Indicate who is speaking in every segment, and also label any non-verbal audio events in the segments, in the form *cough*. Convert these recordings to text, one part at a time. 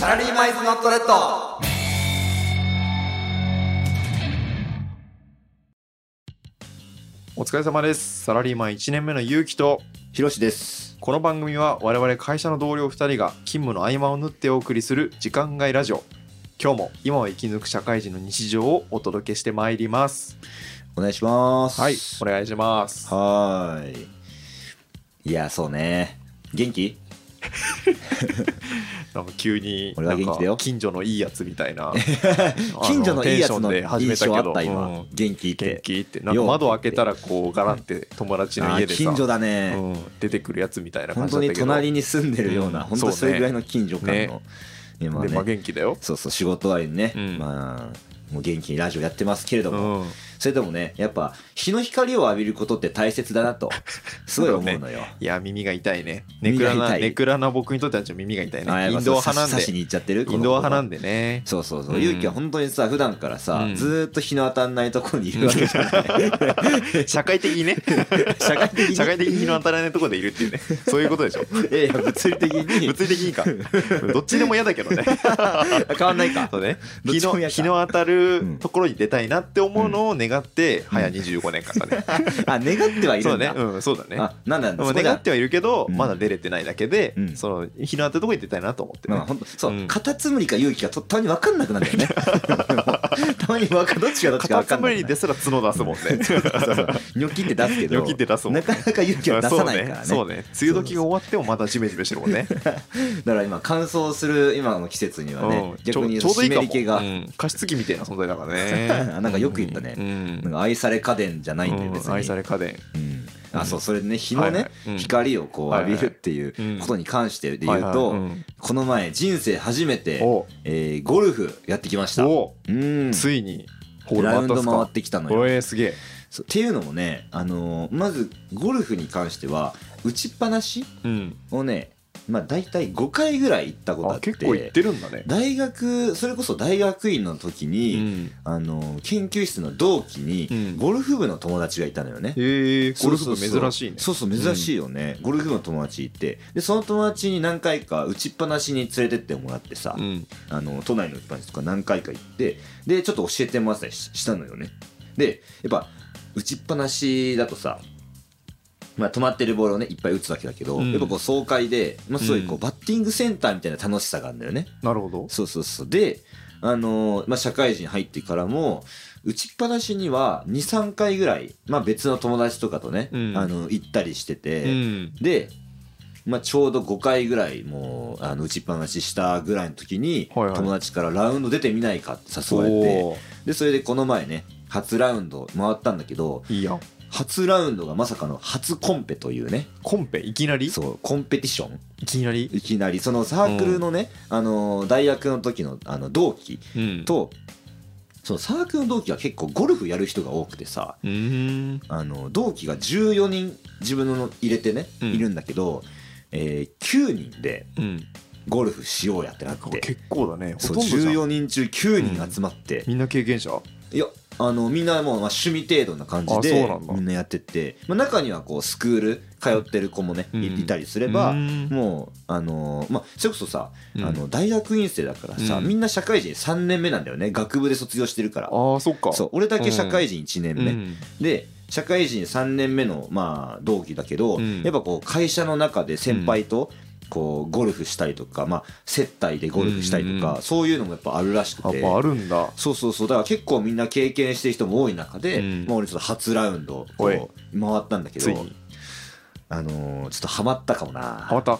Speaker 1: サラリーマイズノットレッド
Speaker 2: お疲れ様です。サラリーマン1年目のゆうきと、
Speaker 3: ひろしです。
Speaker 2: この番組は我々会社の同僚2人が勤務の合間を縫ってお送りする時間外ラジオ。今日も今を生き抜く社会人の日常をお届けしてまいります。
Speaker 3: お願いします。
Speaker 2: はい、お願いします。
Speaker 3: はーい。いや、そうね。元気
Speaker 2: なんか急に
Speaker 3: 俺は元気だよ
Speaker 2: なんか近所のいいやつみた
Speaker 3: *laughs*
Speaker 2: いな
Speaker 3: 近所のいいやつ
Speaker 2: あの
Speaker 3: の
Speaker 2: テンションで始め
Speaker 3: 印
Speaker 2: たけ
Speaker 3: 象あ
Speaker 2: ど
Speaker 3: った今。
Speaker 2: うん
Speaker 3: 元気っ
Speaker 2: 元
Speaker 3: て。
Speaker 2: 気ってなんか窓開けたらこうガランって友達の
Speaker 3: あ
Speaker 2: 家
Speaker 3: ー
Speaker 2: でさ
Speaker 3: 近所だね。
Speaker 2: うん、出てくるやつみたいな感
Speaker 3: 本
Speaker 2: じ
Speaker 3: 当
Speaker 2: だった
Speaker 3: に
Speaker 2: けど
Speaker 3: 隣に住んでるような、
Speaker 2: うん
Speaker 3: 本当に
Speaker 2: そ
Speaker 3: そう
Speaker 2: ね
Speaker 3: れぐらいの近所感の。今
Speaker 2: で、まあ、
Speaker 3: ね。
Speaker 2: 元気だよ、
Speaker 3: そうそう、仕事終わりにね、
Speaker 2: うん
Speaker 3: まあ、もう元気にラジオやってますけれど
Speaker 2: う
Speaker 3: も、
Speaker 2: ん、
Speaker 3: それでもね、やっぱ、日の光を浴びることって大切だなと、すごい思うのよ。
Speaker 2: いや耳が痛いねネ
Speaker 3: 耳
Speaker 2: ク
Speaker 3: が
Speaker 2: ラ
Speaker 3: 痛い
Speaker 2: なネクラな僕にとってはちょっと耳が痛い
Speaker 3: あー
Speaker 2: ね
Speaker 3: や
Speaker 2: イ
Speaker 3: っぱ
Speaker 2: ンドア
Speaker 3: そう
Speaker 2: 派なん
Speaker 3: 刺し
Speaker 2: で
Speaker 3: に行っちゃってる
Speaker 2: インドア派なん
Speaker 3: で
Speaker 2: でね
Speaker 3: そうそうそうう。
Speaker 2: ん
Speaker 3: 勇気は本当にさ、普段からさ、
Speaker 2: うん
Speaker 3: ずーっと日の当たんないところにいるわけじゃない。
Speaker 2: 社会的にね
Speaker 3: *laughs*
Speaker 2: 社会的に社会的に日の当たらないところでいるっていうねそういうことでし
Speaker 3: *laughs*
Speaker 2: ょ
Speaker 3: いやいや、物理的に
Speaker 2: 物理的にかどっちでも嫌だけ
Speaker 3: *laughs*
Speaker 2: どね
Speaker 3: 変わんないか。
Speaker 2: そうね
Speaker 3: どっ
Speaker 2: 日
Speaker 3: ちも
Speaker 2: の
Speaker 3: 嫌か
Speaker 2: 日の当たるところに出たいなって思うのを願って、早25年間
Speaker 3: *laughs*
Speaker 2: だね
Speaker 3: あ、願ってはい
Speaker 2: そ
Speaker 3: る
Speaker 2: うんだ
Speaker 3: だ。
Speaker 2: ねうんそうだね
Speaker 3: あ、なんなん
Speaker 2: で
Speaker 3: だ。
Speaker 2: も
Speaker 3: そこ
Speaker 2: 願
Speaker 3: だ
Speaker 2: ってはいるけど、
Speaker 3: うん
Speaker 2: まだ出れてないだけで、
Speaker 3: うん
Speaker 2: その日の当たるとこに出たいなと思ってね、
Speaker 3: まあ、本当そう、
Speaker 2: うん
Speaker 3: カタツムリか勇気かとたまに分かんなくなるん
Speaker 2: *laughs*
Speaker 3: だよね。たまに分かどっちがどっちか分か
Speaker 2: カタ
Speaker 3: ん
Speaker 2: ツ
Speaker 3: な
Speaker 2: ム
Speaker 3: くな
Speaker 2: リ
Speaker 3: る。
Speaker 2: ですら角出すもんね。
Speaker 3: そうそうニョキって出すけど、
Speaker 2: ニョキって出すもんね
Speaker 3: なかなか勇気は出さないからね。
Speaker 2: そうね。そうね梅雨時が終わってもまだジメジメしてるも
Speaker 3: *laughs*
Speaker 2: んね。
Speaker 3: だから今、乾燥する今の季節にはね
Speaker 2: う、ん
Speaker 3: 逆に
Speaker 2: ちょちょうどい
Speaker 3: 湿
Speaker 2: いか
Speaker 3: り気が、。
Speaker 2: も。うん加湿器みたいな存在だからね
Speaker 3: *laughs* なんかよく言ったね
Speaker 2: うん
Speaker 3: なんか愛され家電じゃないんだよ、別
Speaker 2: う
Speaker 3: に。
Speaker 2: ん愛され家電。
Speaker 3: うんあそうそれでね日の
Speaker 2: はいは
Speaker 3: ね
Speaker 2: いうん
Speaker 3: 光をこう浴びるってい
Speaker 2: はいはいう
Speaker 3: うんことに関してで言う
Speaker 2: はいはい
Speaker 3: と
Speaker 2: うん
Speaker 3: この前人生初めて
Speaker 2: お
Speaker 3: えーゴルフやってきました
Speaker 2: お
Speaker 3: うん
Speaker 2: ついにホール
Speaker 3: ラウン
Speaker 2: 回っ
Speaker 3: ド
Speaker 2: たっす
Speaker 3: 回っ
Speaker 2: か。
Speaker 3: てきたの
Speaker 2: お
Speaker 3: よ
Speaker 2: えすげえ。
Speaker 3: そうっていうのもねあのーまずゴルフに関しては打ちっぱなし
Speaker 2: うん。
Speaker 3: をねまあ大体5回ぐらい行ったことあ
Speaker 2: あ
Speaker 3: っ
Speaker 2: 結構行っててるんだね。
Speaker 3: 大学それこそ大学院の時
Speaker 2: う
Speaker 3: に
Speaker 2: ん。
Speaker 3: あのー研究室の同期
Speaker 2: う
Speaker 3: に
Speaker 2: ん
Speaker 3: ゴルフ部の友達がいたのよね
Speaker 2: へえ。ゴルフ
Speaker 3: そう
Speaker 2: 部
Speaker 3: そうそう
Speaker 2: 珍しいね。
Speaker 3: そうそう珍しいよね、ゴルフ部の友達いてでその友達に何回か打ちっぱなしに連れてってもらってさ、
Speaker 2: うん。
Speaker 3: あの都内の打ちっぱなしとか何回か行ってでちょっと教えてもらったりししたのよねでやっぱ打ちっぱなしだとさまあ、止まってるボールをね、いっぱい打つわけだけど、
Speaker 2: うん
Speaker 3: やっぱこう、爽快で、まあ、すごいこう、
Speaker 2: うん
Speaker 3: バッティングセンターみたいな楽しさがあるんだよね。
Speaker 2: なるほど。
Speaker 3: そうそうそう。で、あのーまあ、社会人入ってからも、打ちっぱなしには2、3回ぐらい、まあ、別の友達とかとね、
Speaker 2: うん
Speaker 3: あの、行ったりしてて、
Speaker 2: うん。
Speaker 3: で、まあ、ちょうど5回ぐらい、もう、あの、打ちっぱなししたぐらいの時に、
Speaker 2: はいはい
Speaker 3: 友達からラウンド出てみないかって誘われて、
Speaker 2: おー
Speaker 3: で、それでこの前ね、初ラウンド回ったんだけど、
Speaker 2: いいやん。
Speaker 3: 初ラウンドがまさかの初コンペというね、
Speaker 2: コンペいきなり
Speaker 3: そう、コンペティション
Speaker 2: いきなり
Speaker 3: いきなり、そのサークルのね、あのー、大学の時の、あの、同期、
Speaker 2: うん。
Speaker 3: と、そのサークルの同期が結構ゴルフやる人が多くてさ、
Speaker 2: うーん。
Speaker 3: あの、同期が14人自分の入れてね、
Speaker 2: うん
Speaker 3: いるんだけど、えー9人で
Speaker 2: うん。
Speaker 3: ゴルフしようやってなって、
Speaker 2: 結構だね。ほ
Speaker 3: そう、
Speaker 2: とんどじゃん
Speaker 3: 14人中9人集まって、
Speaker 2: みんな経験者
Speaker 3: いや、あの、みんなもうまあ趣味程度な感じ
Speaker 2: あそ
Speaker 3: で
Speaker 2: うなん、だ
Speaker 3: みんなやってて、まあ、中にはこう、スクール通ってる子もね、
Speaker 2: うん
Speaker 3: いいたりすれば、
Speaker 2: うん
Speaker 3: もう、あのーまあ、それこそさ、
Speaker 2: うん
Speaker 3: あの、大学院生だからさ、
Speaker 2: うん
Speaker 3: みんな社会人3年目なんだよね、学部で卒業してるから。
Speaker 2: ああそっか
Speaker 3: そう俺だけ社会人1年
Speaker 2: う
Speaker 3: 目、
Speaker 2: ん
Speaker 3: で社会人3年目のまあ同期だけど、
Speaker 2: うん
Speaker 3: やっぱこう会社の中で先輩とこうゴルフしたりとか、まあ、接待でゴルフしたりとか、
Speaker 2: うんうん
Speaker 3: そういうのもやっぱあるらしく
Speaker 2: やってぱあるんだ
Speaker 3: そうそうそうだから結構みんな経験してる人も多い中で、
Speaker 2: うん
Speaker 3: まあ、俺ちょっと初ラウンドこ
Speaker 2: おいう
Speaker 3: 回ったんだけ
Speaker 2: つい
Speaker 3: ど
Speaker 2: に、
Speaker 3: あのーちょっとハマったかも
Speaker 2: あま
Speaker 3: な
Speaker 2: た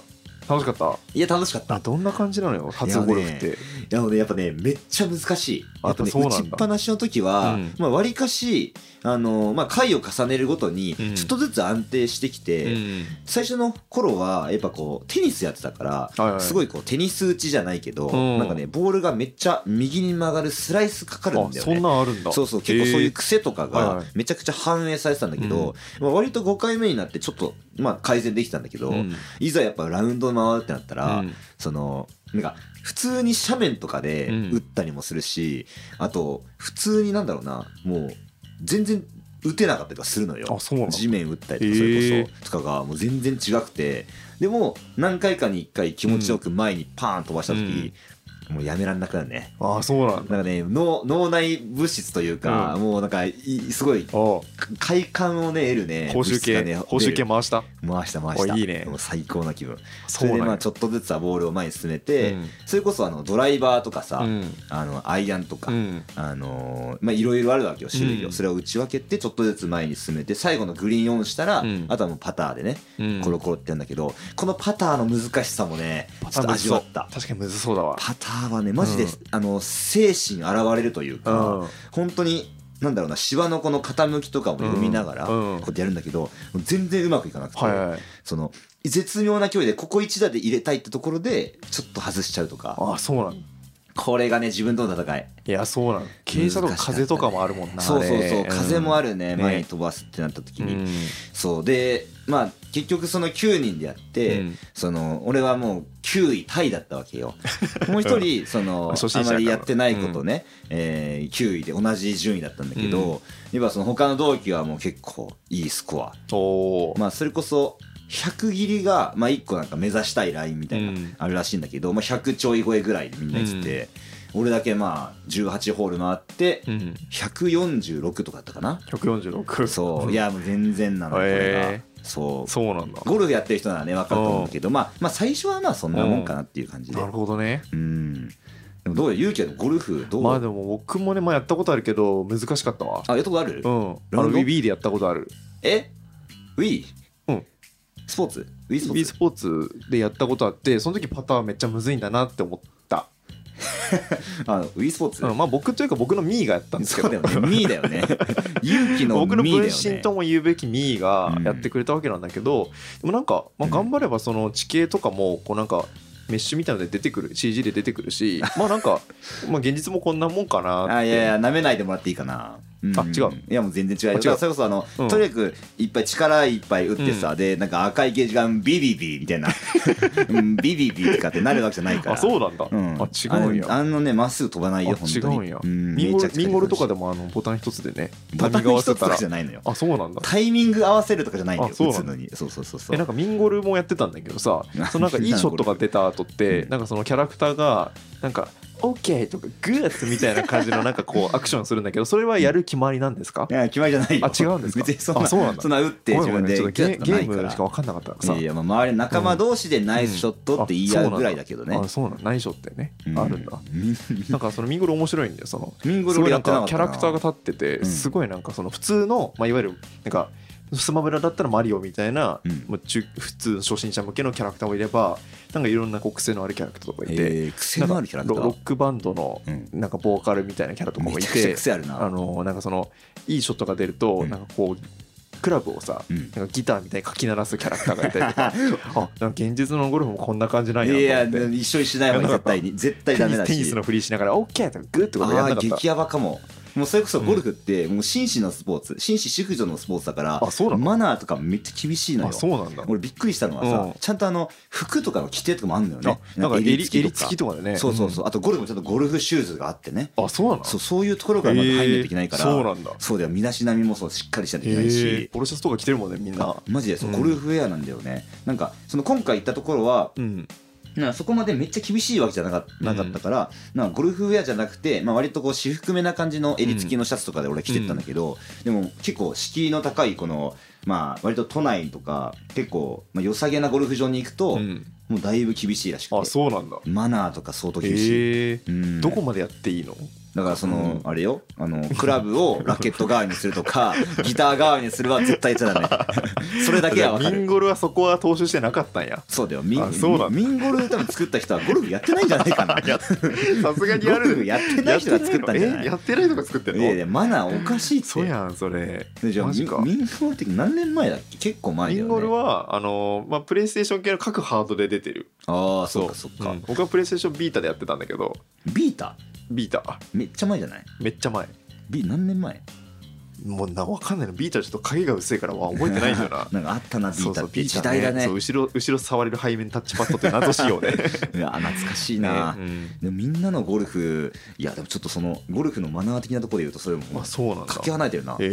Speaker 2: 楽しかっ
Speaker 3: いや楽しかった
Speaker 2: たあどんな感じなのよ初ゴルフって
Speaker 3: なのでやっぱねめっちゃ難しい
Speaker 2: あ
Speaker 3: やっぱね
Speaker 2: そうな
Speaker 3: 打
Speaker 2: んだ
Speaker 3: ちっぱなしの時は、
Speaker 2: うん
Speaker 3: まあ割かしあのまあ回を重ねるごとに
Speaker 2: うん
Speaker 3: ちょっとずつ安定してきて、最初の頃はやっぱこうテニスやってたから、
Speaker 2: はいはい
Speaker 3: すごいこうテニス打ちじゃないけど、
Speaker 2: うん
Speaker 3: なんかねボールがめっちゃ右に曲がるスライスかかるん
Speaker 2: あ
Speaker 3: だよ
Speaker 2: そ
Speaker 3: ね
Speaker 2: んなんあるんだ
Speaker 3: そうそう、結構そういう癖とか
Speaker 2: はいは
Speaker 3: が
Speaker 2: い
Speaker 3: めちゃくちゃ反映されてたんだけど、まあ割と5回目になってちょっと、まあ改善できたんだけど、
Speaker 2: うん
Speaker 3: いざやっぱラウンド回るってなったら、
Speaker 2: うん
Speaker 3: その、なんか、普通に斜面とかで
Speaker 2: うん
Speaker 3: 打ったりもするし、あと、普通になんだろうな、もう、全然打てなかったりとかするのよ。
Speaker 2: あそうなんだ
Speaker 3: 地面打ったりと
Speaker 2: へ
Speaker 3: か、そ
Speaker 2: ー
Speaker 3: れこそ、とかがもう全然違くて、でも、何回かに1回気持ちよく前にパーン飛ばした時、
Speaker 2: うん
Speaker 3: もうやめらんなくなるね
Speaker 2: ああそうなんだ
Speaker 3: なんかね脳脳内物質というか、
Speaker 2: うん
Speaker 3: もうなんかいすごい
Speaker 2: おう
Speaker 3: 快感をね得るね
Speaker 2: 報酬
Speaker 3: 物質が
Speaker 2: 系、
Speaker 3: ね
Speaker 2: 報酬系回した
Speaker 3: 出る回した回した
Speaker 2: おいいね
Speaker 3: もう最高な気分そ
Speaker 2: そ
Speaker 3: れ
Speaker 2: うな
Speaker 3: で
Speaker 2: んや
Speaker 3: まあちょっとずつはボールを前に進めて、
Speaker 2: うん
Speaker 3: それこそあのドライバーとかさ、
Speaker 2: うん
Speaker 3: あのアイアンとか、
Speaker 2: うん
Speaker 3: あのーまあいろいろあるわけよ種類を、
Speaker 2: うん
Speaker 3: それを打ち分けてちょっとずつ前に進めて最後のグリーンオンしたら、
Speaker 2: うん
Speaker 3: あとはもうパターでね、
Speaker 2: うん
Speaker 3: コロコロってやるんだけどこのパターの難しさもねちょっと味わった
Speaker 2: 確かにむずそうだわ
Speaker 3: パターはねマジで、
Speaker 2: うん
Speaker 3: あの精神現れるというか、
Speaker 2: うん
Speaker 3: 本当になんだろうなシワのこの傾きとかを読みながら、
Speaker 2: うんうん
Speaker 3: こうやってやるんだけど全然うまくいかなくて、
Speaker 2: はいはい
Speaker 3: その絶妙な距離でここ1打で入れたいってところでちょっと外しちゃうとか
Speaker 2: ああそうなんだ
Speaker 3: これがね自分との戦い
Speaker 2: いやそうなんだ傾斜と
Speaker 3: 難し
Speaker 2: か
Speaker 3: かったね
Speaker 2: 風とかもあるもんな
Speaker 3: そうそうそう風もあ
Speaker 2: る
Speaker 3: るね、
Speaker 2: ね
Speaker 3: 前に飛ばすってなった時
Speaker 2: う
Speaker 3: に、
Speaker 2: ん
Speaker 3: そうでまあ結局その9人でやって、
Speaker 2: うん
Speaker 3: その俺はもう9位タイだったわけ
Speaker 2: *laughs*
Speaker 3: よもう一人その
Speaker 2: 初心者
Speaker 3: あ
Speaker 2: だから
Speaker 3: まりやってないことね、えー9位で同じ順位だったんだけ
Speaker 2: う
Speaker 3: ど、今その他の同期はもう結構いいスコア
Speaker 2: おお
Speaker 3: まあそれこそ100切りが、まあ、1個なんか目指したいラインみたいな
Speaker 2: うん
Speaker 3: あるらしいんだけど、まあ、100ちょい超えぐらいでみんな言ってて、俺だけまあ18ホール回って
Speaker 2: うん
Speaker 3: 146とかだったかな、
Speaker 2: 146
Speaker 3: そういやもう全然なのこれが、
Speaker 2: へえ
Speaker 3: そう
Speaker 2: そうなんだ
Speaker 3: ゴルフやってる人ならね分かると思うんだけど、まあ、まあ最初はまあそんなもんかなっていう感じで
Speaker 2: なるほどね
Speaker 3: うんでもどうよ勇気はゴルフどう、
Speaker 2: まあでも僕もねまあやったことあるけど難しかったわ
Speaker 3: あやったことある、
Speaker 2: うん
Speaker 3: ラウンド
Speaker 2: RBB でやったことある
Speaker 3: え Wii?
Speaker 2: うん
Speaker 3: スポーツ Wii スポ
Speaker 2: e
Speaker 3: ー
Speaker 2: ス
Speaker 3: ツ
Speaker 2: ポーツでやったことあってその時パターンめっちゃむずいんだなって思った、
Speaker 3: あ Wii スポーツ、
Speaker 2: うん、まあ僕というか僕のミーがやったんですけ
Speaker 3: そう
Speaker 2: ど
Speaker 3: だよねミーだよ
Speaker 2: *laughs*
Speaker 3: ね勇気のミーだよ
Speaker 2: 僕の
Speaker 3: ね
Speaker 2: 分身とも言うべきミーが
Speaker 3: うん
Speaker 2: やってくれたわけなんだけど、でもなんか、まあ、頑張ればその地形とかもこうなんかメッシュみたいので出てくる CG で出てくるしまあなんか、まあ、現実もこんなもんかなって
Speaker 3: あいやいや舐めないでもらっていいかな、うん
Speaker 2: あ違う
Speaker 3: いやもう全然違う
Speaker 2: あ違
Speaker 3: よだか
Speaker 2: う
Speaker 3: らそれこそあの、
Speaker 2: うん
Speaker 3: とにかくいっぱい力いっぱい打ってさ、でなんか赤いゲージがビビビみたい
Speaker 2: *laughs*
Speaker 3: な、うん、ビビビとかってなるわけじゃないから
Speaker 2: あそうなんだ、
Speaker 3: うん、
Speaker 2: あ違うんや
Speaker 3: あのあのねまっすぐ飛ばないよ本
Speaker 2: あ違
Speaker 3: 当に
Speaker 2: うんや、
Speaker 3: うん
Speaker 2: ミンゴルミンゴルとか
Speaker 3: で
Speaker 2: でもあのボタン一つでね
Speaker 3: ボタン
Speaker 2: 合わ
Speaker 3: 一
Speaker 2: せ
Speaker 3: つ
Speaker 2: た
Speaker 3: とからじゃないのよ
Speaker 2: あそうなんだ
Speaker 3: タイミング合わせるとかじゃないんだよ
Speaker 2: あそう
Speaker 3: 打
Speaker 2: な
Speaker 3: つ
Speaker 2: んだ
Speaker 3: のにそうそうそうそ
Speaker 2: え
Speaker 3: う
Speaker 2: なんかミンゴルもやってたんだけどさそのなんかいいショットが出た後って
Speaker 3: うん
Speaker 2: なんかそのキャラクターがなんか「OK」とか「グッ」みたいな感じのなんかこうアクションするんだけどそれはやる決まりなんですか
Speaker 3: いや決まりじゃないよ
Speaker 2: あ違うんですか
Speaker 3: 別にそんな
Speaker 2: あそうなんだ
Speaker 3: そんな打って
Speaker 2: ご
Speaker 3: 自
Speaker 2: めん
Speaker 3: 分
Speaker 2: ごめん
Speaker 3: で
Speaker 2: ちょっとゲ
Speaker 3: やったことない
Speaker 2: ゲームしか分かんなかったからさ
Speaker 3: いやいやまあ周りの仲間同士でナイスショットって言い合うぐらいだけどね
Speaker 2: あ、そうなんだ内緒ってね
Speaker 3: う
Speaker 2: あるんだ
Speaker 3: ミ
Speaker 2: なんかそのミンゴル面白いんだよその
Speaker 3: ミンゴ
Speaker 2: す
Speaker 3: ル
Speaker 2: ごい
Speaker 3: や
Speaker 2: な
Speaker 3: っ
Speaker 2: ん
Speaker 3: てな
Speaker 2: か
Speaker 3: かったな
Speaker 2: キャラクターが立って
Speaker 3: うん
Speaker 2: てすごいなんかその普通のまあいわゆるなんかスマブラだったらマリオみたいな
Speaker 3: うん
Speaker 2: もう中普通の初心者向けのキャラクターもいればなんかいろんなこう癖のあるキャラクターとかいて
Speaker 3: えー癖のあるキャラクタ
Speaker 2: なんかロロ
Speaker 3: ー
Speaker 2: ックバンドの
Speaker 3: うん
Speaker 2: なんかボーカルみたいなキャラとかも
Speaker 3: め
Speaker 2: い
Speaker 3: ちゃくちゃ
Speaker 2: て、
Speaker 3: 癖あるな
Speaker 2: あのなんかそのいいショットが出ると、
Speaker 3: うん
Speaker 2: なんかこうクラブをさ、
Speaker 3: うん
Speaker 2: なんかギターみたいにかき鳴らすキャラクターがい
Speaker 3: *laughs*
Speaker 2: たりとかあなんか現実のゴルフもこんな感じないんや
Speaker 3: や
Speaker 2: ないと
Speaker 3: や
Speaker 2: 思って
Speaker 3: 一緒にしないわ
Speaker 2: いやなん
Speaker 3: 絶
Speaker 2: か
Speaker 3: 対に絶対ダメだし
Speaker 2: テニスのふりしながら OK とかグーってことやんな
Speaker 3: あ
Speaker 2: か
Speaker 3: ー
Speaker 2: った
Speaker 3: 激ヤバかももうそれこそゴルフってもう紳士のスポーツ紳士淑女のスポーツだから
Speaker 2: あそうなの
Speaker 3: マナーとかめっちゃ厳しいのよ
Speaker 2: あそうなんだ
Speaker 3: 俺びっくりしたのは
Speaker 2: うん
Speaker 3: さちゃんとあの服とかの規定とかもあるんだよね
Speaker 2: あなんか襟
Speaker 3: 付
Speaker 2: 襟付きとかでね
Speaker 3: そうそうそうあとゴルフもちゃんとゴルフシューズがあってね
Speaker 2: あそうなの
Speaker 3: そうそういうところからまず入んないといけないから
Speaker 2: へーそうなんだ
Speaker 3: そうだよ身だしなみもそうしっかりしないといけない
Speaker 2: え
Speaker 3: し
Speaker 2: ポロシャツとか着てるもんねみんな
Speaker 3: あマジでそう
Speaker 2: うん
Speaker 3: ゴルフウェアなんだよねなんかその今回行ったところは
Speaker 2: うん
Speaker 3: なんかそこまでめっちゃ厳しいわけじゃなか
Speaker 2: うん
Speaker 3: なかったから、なんかゴルフウェアじゃなくて、まあ、割とこう私服めな感じの襟付きのシャツとかで俺着てったんだけど、でも結構敷居の高いこの、まあ、割と都内とか結構、まあ、良さげなゴルフ場に行くと、
Speaker 2: うん
Speaker 3: もうだいぶ厳しいらしく
Speaker 2: あ
Speaker 3: て
Speaker 2: そうなんだ
Speaker 3: マナーとか相当
Speaker 2: へ
Speaker 3: 厳しい、
Speaker 2: え
Speaker 3: うん
Speaker 2: どこまでやっていいの
Speaker 3: だからその、
Speaker 2: う
Speaker 3: あれよあのクラブをラケット代わりにすると
Speaker 2: *laughs*
Speaker 3: かギター代わりにするは絶対じゃダメそれだけは分
Speaker 2: ミ
Speaker 3: かる
Speaker 2: ンゴルはそこは踏襲してなかったんや
Speaker 3: そうだよミン
Speaker 2: あそうなんだ
Speaker 3: ミンゴル多分作った人はゴルフやってないんじゃない
Speaker 2: *laughs*
Speaker 3: かな
Speaker 2: さすがに
Speaker 3: ゴ
Speaker 2: や
Speaker 3: ルフ
Speaker 2: る
Speaker 3: やってない人が作ったんじゃない
Speaker 2: えやってないとか作ってん
Speaker 3: いやい
Speaker 2: の
Speaker 3: やマナーおかしいって
Speaker 2: そうやんそれ
Speaker 3: でじゃあ
Speaker 2: マジか
Speaker 3: ミンミンゴルって何年前だっけ結構前だ
Speaker 2: リ
Speaker 3: よ
Speaker 2: ン
Speaker 3: ね
Speaker 2: ゴルはあのーまあプレイステーション系の各ハードで出てる
Speaker 3: ああそうかそうっか、
Speaker 2: ん僕はプレイステーションビータでやってたんだけど
Speaker 3: ビータ
Speaker 2: ビータ
Speaker 3: めっちゃ前じゃない
Speaker 2: めっちゃ前
Speaker 3: ビ何年前
Speaker 2: もうな分かんないのビートはちょっと影が薄いからわ覚えてないんだよ
Speaker 3: *laughs*
Speaker 2: な
Speaker 3: なんかあったなビ
Speaker 2: そう
Speaker 3: ー
Speaker 2: そ
Speaker 3: タっ
Speaker 2: う
Speaker 3: て
Speaker 2: ビー
Speaker 3: 時
Speaker 2: タ
Speaker 3: 代だね
Speaker 2: そう後ろ後ろ触れる背面タッチパッドって謎仕
Speaker 3: *laughs*
Speaker 2: 様ね
Speaker 3: いや懐かしい
Speaker 2: ね
Speaker 3: な、
Speaker 2: うん
Speaker 3: でもみんなのゴルフいやでもちょっとそのゴルフのマナー的なところで言うとそれも
Speaker 2: まあそうなんだ
Speaker 3: かけ離れてるな、
Speaker 2: え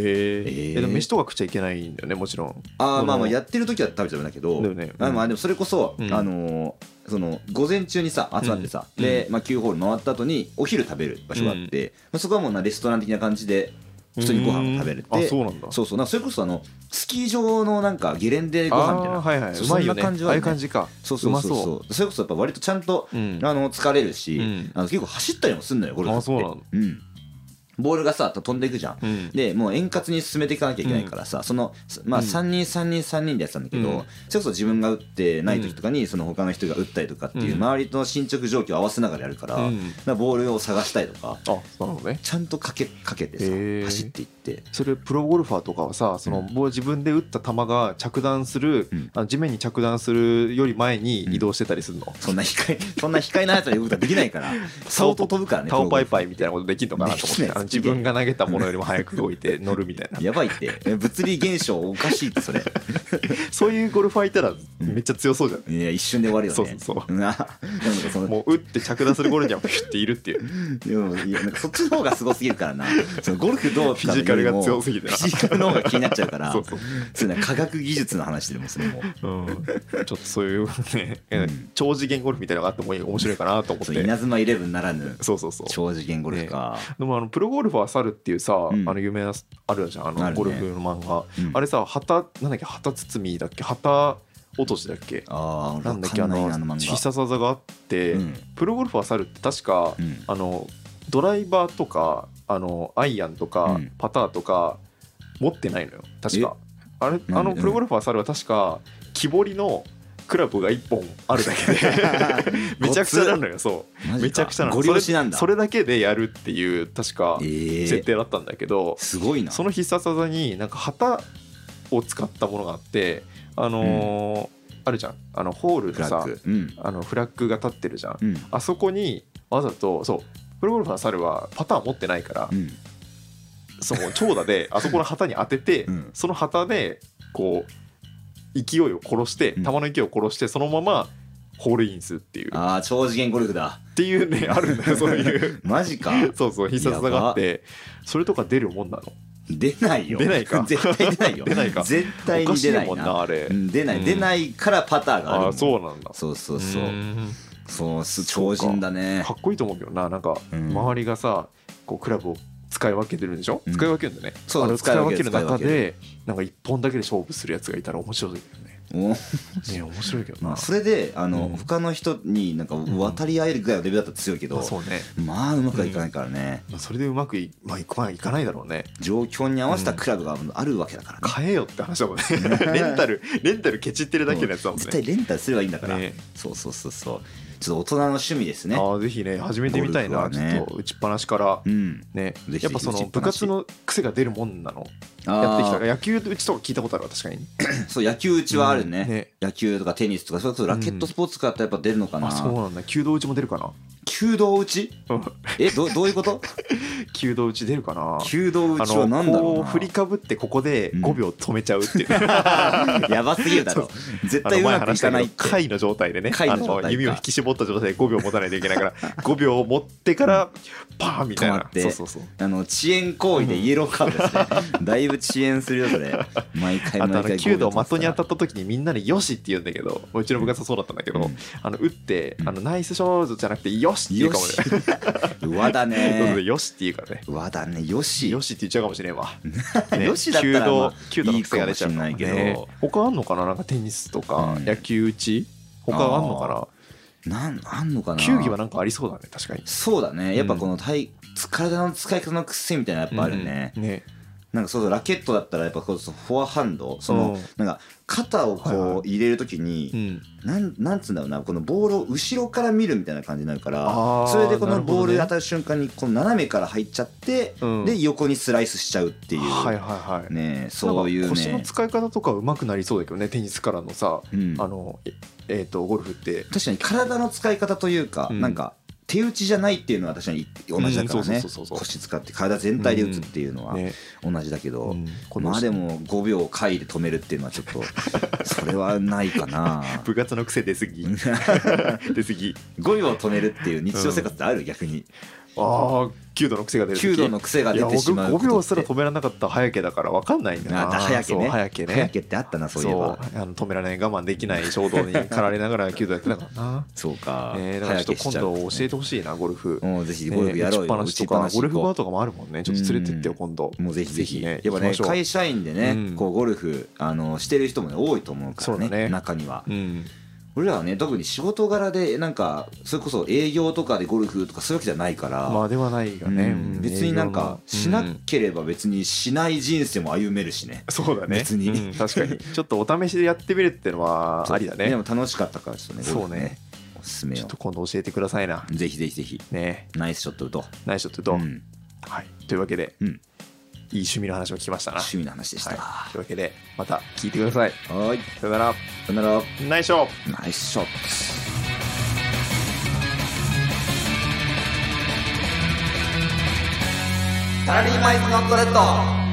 Speaker 2: ー
Speaker 3: えー
Speaker 2: えでも飯とか食っちゃいけないんだよねもちろん
Speaker 3: あ
Speaker 2: そ
Speaker 3: ー
Speaker 2: の
Speaker 3: まあまあやってる時は食べちゃダメだけど
Speaker 2: だよね
Speaker 3: あまあでもそれこそ、
Speaker 2: うん
Speaker 3: あのーその午前中にさ集まってさ、
Speaker 2: うん
Speaker 3: で、まあ、9ホール回った後にお昼食べる場所があって、まあ、そこはもうなレストラン的な感じで普通にご飯を食べれて
Speaker 2: うんあそうなんだ
Speaker 3: そうそうなんかそれこそあのスキー場のなんかゲレンデご飯みたいな
Speaker 2: あーはいはい
Speaker 3: そう
Speaker 2: うまい
Speaker 3: そ
Speaker 2: よ
Speaker 3: ん
Speaker 2: ね
Speaker 3: な感じ
Speaker 2: あ
Speaker 3: は
Speaker 2: あ
Speaker 3: ね
Speaker 2: いう感じか
Speaker 3: そうそうそう
Speaker 2: ま
Speaker 3: そうそれこそやっぱ割とちゃんと、
Speaker 2: うん
Speaker 3: あの疲れるし、
Speaker 2: うん
Speaker 3: あの結構走ったりもすんのよゴルフって
Speaker 2: あそうなの
Speaker 3: うんボールがさ飛んでいくじゃん、
Speaker 2: うん
Speaker 3: でもう円滑に進めていかなきゃいけないからさ、そのまあ
Speaker 2: うん
Speaker 3: 3人3人3人でやってたんだけど、
Speaker 2: うん
Speaker 3: それこそ自分が打ってない時とかにその他の人が打ったりとかっていう
Speaker 2: うん
Speaker 3: 周りとの進捗状況を合わせながらやるから,、
Speaker 2: うん
Speaker 3: ボールを探したりとか
Speaker 2: あそうなのね
Speaker 3: ちゃんとかけかけてさ
Speaker 2: へー
Speaker 3: 走っていって
Speaker 2: それプロゴルファーとかはさその、
Speaker 3: うん
Speaker 2: もう自分で打った球が着弾する、
Speaker 3: うん
Speaker 2: あの地面に着弾するより前に
Speaker 3: うん
Speaker 2: 移動してたりするの、
Speaker 3: そんな控え *laughs* そんな控えのやつはよくできない
Speaker 2: *laughs*
Speaker 3: から相当飛ぶからね
Speaker 2: タオパイパイ
Speaker 3: プロゴルフ
Speaker 2: みたいなことできるのかなと思っ
Speaker 3: でき *laughs*
Speaker 2: て
Speaker 3: ない
Speaker 2: あの自分が投げたものよりも早く動いて乗るみたい
Speaker 3: *laughs*
Speaker 2: な
Speaker 3: やばいってえ物理現象おかしいってそれ
Speaker 2: そういうゴルファーいたらめっちゃ強そうじゃない、
Speaker 3: いや一瞬で終わるよね
Speaker 2: そうそう
Speaker 3: *laughs*
Speaker 2: そ
Speaker 3: ななんかその
Speaker 2: もう打って着弾するゴルフにはピュッてい
Speaker 3: *laughs*
Speaker 2: るっていう
Speaker 3: でもいやなんかそっちの方がすごすぎるからなそのゴルフどうとかのよりも
Speaker 2: フィジカルが強すぎてな
Speaker 3: フィジカルの方が気になっちゃうから
Speaker 2: *laughs* そうそう、
Speaker 3: そういうのは科学技術の話でもそれも
Speaker 2: うん、ちょっとそういうね、
Speaker 3: ん
Speaker 2: 超次元ゴルフみたいなのがあっても面白いかなと思っ
Speaker 3: そ
Speaker 2: て
Speaker 3: の稲妻イレブンならぬ
Speaker 2: そうそうそう
Speaker 3: 超次元ゴルフか、
Speaker 2: でもあのプロゴルファー猿っていうさ、
Speaker 3: うん
Speaker 2: あの有名なあるじゃんあの
Speaker 3: あるね
Speaker 2: ゴルフの漫画あ,、
Speaker 3: うん
Speaker 2: れさ旗なんだっけ旗包みだっけ旗落としだっけ
Speaker 3: ああ
Speaker 2: なんだっけあ
Speaker 3: あのあの
Speaker 2: の
Speaker 3: 漫
Speaker 2: 必
Speaker 3: 画
Speaker 2: 殺技があって、
Speaker 3: うん
Speaker 2: プロゴルファー猿って確か、 *laughs*
Speaker 3: うん
Speaker 2: あのドライバーとかあのアイアンとか、
Speaker 3: うん
Speaker 2: パターとか持ってないのよ確かあれ
Speaker 3: で
Speaker 2: あのプロゴルファー猿は確か木彫りのクラブが1本あるだけ
Speaker 3: *laughs*
Speaker 2: で *laughs* めちゃくちゃなのよそう
Speaker 3: マジか
Speaker 2: めちゃくちゃなの
Speaker 3: ゴリ押しなんだ
Speaker 2: それそれだけでやるっていう確か
Speaker 3: えー
Speaker 2: 設定だったんだけど、
Speaker 3: すごいな
Speaker 2: その必殺技になんか旗を使ったものがあってあのーあるじゃんあのホール
Speaker 3: フ
Speaker 2: の
Speaker 3: ラ
Speaker 2: さ
Speaker 3: ッグうん
Speaker 2: あのフラッグが立ってるじゃん、
Speaker 3: うん
Speaker 2: あそこにわざとそうプロゴルファー猿はパターン持ってないから、
Speaker 3: うん
Speaker 2: その長
Speaker 3: *laughs*
Speaker 2: 打であそこの旗に当てて、
Speaker 3: うん
Speaker 2: その旗でこう勢いを殺して
Speaker 3: うん
Speaker 2: 球の勢いを殺してそのままホールインするっていう、っ
Speaker 3: ああ超次元ゴルフだ
Speaker 2: てい
Speaker 3: *laughs*
Speaker 2: うね *laughs* あるんだよそういう
Speaker 3: マジか
Speaker 2: そうそう必殺技があってそれとか出るもんなの
Speaker 3: 出ないよ
Speaker 2: 出ないか
Speaker 3: 絶対出ないよ
Speaker 2: *laughs* 出ないか
Speaker 3: 絶対
Speaker 2: おか
Speaker 3: に
Speaker 2: しい
Speaker 3: 出ない
Speaker 2: もんなあれ、
Speaker 3: うん出な
Speaker 2: う
Speaker 3: い
Speaker 2: ん
Speaker 3: 出ないからパターがある
Speaker 2: あ
Speaker 3: も
Speaker 2: あ
Speaker 3: ん
Speaker 2: そうなんだ
Speaker 3: そうそうそう
Speaker 2: うん
Speaker 3: そうす超人だね
Speaker 2: かっこいいと思うけどななんか
Speaker 3: うん
Speaker 2: 周りがさこうクラブを使い分けてるんでしょ、
Speaker 3: うん
Speaker 2: 使い分けるんだね
Speaker 3: そう
Speaker 2: あれを使
Speaker 3: 使
Speaker 2: い
Speaker 3: い
Speaker 2: 分
Speaker 3: 分け
Speaker 2: ける
Speaker 3: る
Speaker 2: 中でなんか一本だけで勝負するやつがいたら面白いけどね
Speaker 3: お
Speaker 2: ね面白いけど
Speaker 3: ま
Speaker 2: な、
Speaker 3: あそれであの、
Speaker 2: うん
Speaker 3: 他の人になんか渡り合えるぐらいのレベルだったら強いけど、
Speaker 2: まあそうね
Speaker 3: まあうまくはいかないからね、
Speaker 2: まあそれでうまくい,、まあ、いくまあいかないだろうね
Speaker 3: 状況に合わせたクラブがあるわけだからね、
Speaker 2: 買えよって話だもんねレンタルレンタルケチってるだけのやつだもんね
Speaker 3: 絶対レンタルすればいいんだから、
Speaker 2: ね
Speaker 3: そうそうそうそうちょっと大人の趣味ですね
Speaker 2: ああぜひね始めてみたい
Speaker 3: ゴル
Speaker 2: な、
Speaker 3: フはね
Speaker 2: ちょっと打ちっぱなしから
Speaker 3: うん
Speaker 2: ね
Speaker 3: ぜひ
Speaker 2: やっぱそ
Speaker 3: 打ち
Speaker 2: の
Speaker 3: っぱ
Speaker 2: 部
Speaker 3: なし
Speaker 2: 活の癖が出るもんなの
Speaker 3: あー
Speaker 2: やってきたから野球打ちとか聞いたことあるわ確かに
Speaker 3: そう野球うちはあるね,、
Speaker 2: うんね
Speaker 3: 野球とかテニスとかそれこそラケットスポーツとかだったらやっぱ出るのかな、
Speaker 2: あそうなんだ弓道打ちも出るかな
Speaker 3: 弓道打ちえどどういうこと
Speaker 2: 弓道打ち出るかな
Speaker 3: 弓道打
Speaker 2: *laughs* あ
Speaker 3: ちは
Speaker 2: の
Speaker 3: 何だろう
Speaker 2: こ
Speaker 3: な
Speaker 2: う振り *laughs* かぶってここで
Speaker 3: うん
Speaker 2: 5秒止めちゃ
Speaker 3: *laughs*
Speaker 2: うっていう
Speaker 3: やばすぎるだろ
Speaker 2: そ
Speaker 3: 絶
Speaker 2: あ
Speaker 3: 対
Speaker 2: の
Speaker 3: う
Speaker 2: 前
Speaker 3: まく
Speaker 2: 話
Speaker 3: い
Speaker 2: し
Speaker 3: か
Speaker 2: た
Speaker 3: ない
Speaker 2: け
Speaker 3: っ
Speaker 2: ど
Speaker 3: て
Speaker 2: 貝の状態でね
Speaker 3: 貝
Speaker 2: あ
Speaker 3: の状態か
Speaker 2: の弓を引き絞った状態で5秒持たないといけないから
Speaker 3: *laughs*
Speaker 2: 5秒持ってからパーンみたい
Speaker 3: 止ま
Speaker 2: な
Speaker 3: って
Speaker 2: そうそうそう
Speaker 3: あの遅延行為でイエローカードです
Speaker 2: *laughs*
Speaker 3: ね。だいぶ遅延するよそれ。毎回
Speaker 2: あとあ
Speaker 3: 毎
Speaker 2: の
Speaker 3: 回。
Speaker 2: 弓道的に当たった時にみんなで「よし」って言うんだけどうちの部活はそうだったんだけど、
Speaker 3: うん
Speaker 2: あの打って
Speaker 3: う
Speaker 2: 「
Speaker 3: ん
Speaker 2: あのナイスショート」じゃなくて「よし」って言う
Speaker 3: よ
Speaker 2: かもね
Speaker 3: し。
Speaker 2: *laughs*
Speaker 3: 和だ
Speaker 2: そうそう
Speaker 3: ね。
Speaker 2: よし」って言うからね
Speaker 3: 和だね。よ
Speaker 2: 「
Speaker 3: し。
Speaker 2: よ。し」って言っちゃうかもしれん *laughs* わ
Speaker 3: よしだったらまあ
Speaker 2: 弓道弓道の癖が出ちゃうから
Speaker 3: いいかもしれないけど
Speaker 2: 他あんのかななんかテニスとか
Speaker 3: うん
Speaker 2: 野球打ち他あんのかな
Speaker 3: なんあんのかな。
Speaker 2: 球技はなんかありそうだね確かに
Speaker 3: そうだね。やっぱこの体体の使い方の癖みたいなのやっぱあるね。
Speaker 2: うんね
Speaker 3: なんかそうそうラケットだったらやっぱこうそうフォアハンドそうの
Speaker 2: ん
Speaker 3: なんか肩を
Speaker 2: はいは
Speaker 3: こう入れるとき
Speaker 2: う
Speaker 3: に。
Speaker 2: ん
Speaker 3: なんなんつうんだろうなこのボールを後ろから見るみたいな感じになるから
Speaker 2: あー
Speaker 3: それでこ
Speaker 2: な
Speaker 3: の
Speaker 2: るほどね
Speaker 3: ボールに当たる瞬間にこの斜めから入っちゃって、
Speaker 2: うん
Speaker 3: で横にスライスしちゃうっていう、
Speaker 2: はいはいはい
Speaker 3: ねえそうい
Speaker 2: なん
Speaker 3: う
Speaker 2: か腰の
Speaker 3: ね、
Speaker 2: 使い方とかうまくなりそうだけどねテニスからのさ
Speaker 3: うん
Speaker 2: あのええーとゴルフって
Speaker 3: 確かに体の使い方というか、
Speaker 2: うん
Speaker 3: なんか手打ちじゃないっていうのは確かに同じだから
Speaker 2: うん
Speaker 3: ね
Speaker 2: そうそうそうそう
Speaker 3: 腰使って体全体で打つっていうのは
Speaker 2: ね
Speaker 3: 同じだけど、
Speaker 2: うんこの
Speaker 3: まあでも5秒回で止めるっていうのはちょっ
Speaker 2: *laughs*
Speaker 3: とそれはないかな
Speaker 2: 部活の癖出
Speaker 3: *laughs*
Speaker 2: すぎ出すぎ
Speaker 3: 5秒止めるっていう日常生活ってある逆に
Speaker 2: ああ9度の癖が出る
Speaker 3: 弓道の癖が出てしまう
Speaker 2: いや
Speaker 3: こと
Speaker 2: 僕5秒すら
Speaker 3: って
Speaker 2: 止められなかった早けだから分かんないんだ
Speaker 3: あ
Speaker 2: な
Speaker 3: だ早けね
Speaker 2: そう早けね
Speaker 3: 早けってあったなそういえ
Speaker 2: そ
Speaker 3: ば
Speaker 2: うあの止められない我慢できない衝動に駆られながら弓道やってたか
Speaker 3: *laughs*
Speaker 2: らな
Speaker 3: そうか
Speaker 2: えーだからちょっと今度教えてほしいなゴルフ
Speaker 3: もうぜひゴルフやろうよ
Speaker 2: ね打ちっぱなしとかゴルフバー
Speaker 3: 行こと
Speaker 2: かもあるもんねちょっと連れてってよ今度
Speaker 3: うもうぜひぜひや
Speaker 2: ね
Speaker 3: っぱ
Speaker 2: 行
Speaker 3: ね
Speaker 2: きましょう
Speaker 3: 会社員でね
Speaker 2: うん
Speaker 3: こうゴルフあのしてる人もね多いと思うから
Speaker 2: そうだね
Speaker 3: ね中には
Speaker 2: うん
Speaker 3: 俺らはね特に仕事柄でなんかそれこそ営業とかでゴルフとかそういうわけじゃないから、
Speaker 2: まあではないよね、
Speaker 3: うん
Speaker 2: うん
Speaker 3: 別になん
Speaker 2: 営業
Speaker 3: か
Speaker 2: の
Speaker 3: しな
Speaker 2: うん
Speaker 3: ければ別にしない人生も歩めるしね、
Speaker 2: そうだね
Speaker 3: 別に
Speaker 2: うん確かにちょっとお試しでやってみるってのはありだ
Speaker 3: で
Speaker 2: ね
Speaker 3: も楽しかったからちょっとね
Speaker 2: そう
Speaker 3: ゴ
Speaker 2: ね
Speaker 3: ルフおすすめ
Speaker 2: ちょ
Speaker 3: よ
Speaker 2: っと今度教えてくださいな
Speaker 3: ぜひぜひぜひ
Speaker 2: ね
Speaker 3: ナイスショット打とう
Speaker 2: ナイスショットと、
Speaker 3: うん
Speaker 2: はい、というわけで、
Speaker 3: うん
Speaker 2: いい趣味の話を聞きましたな、
Speaker 3: 趣味の話でしたは
Speaker 2: はい、というわけでまた聞いてください
Speaker 3: ーい
Speaker 2: さよなら
Speaker 3: さよなら
Speaker 2: ナイスショット
Speaker 3: ナイスショット
Speaker 1: サラリーマンイズノットレッド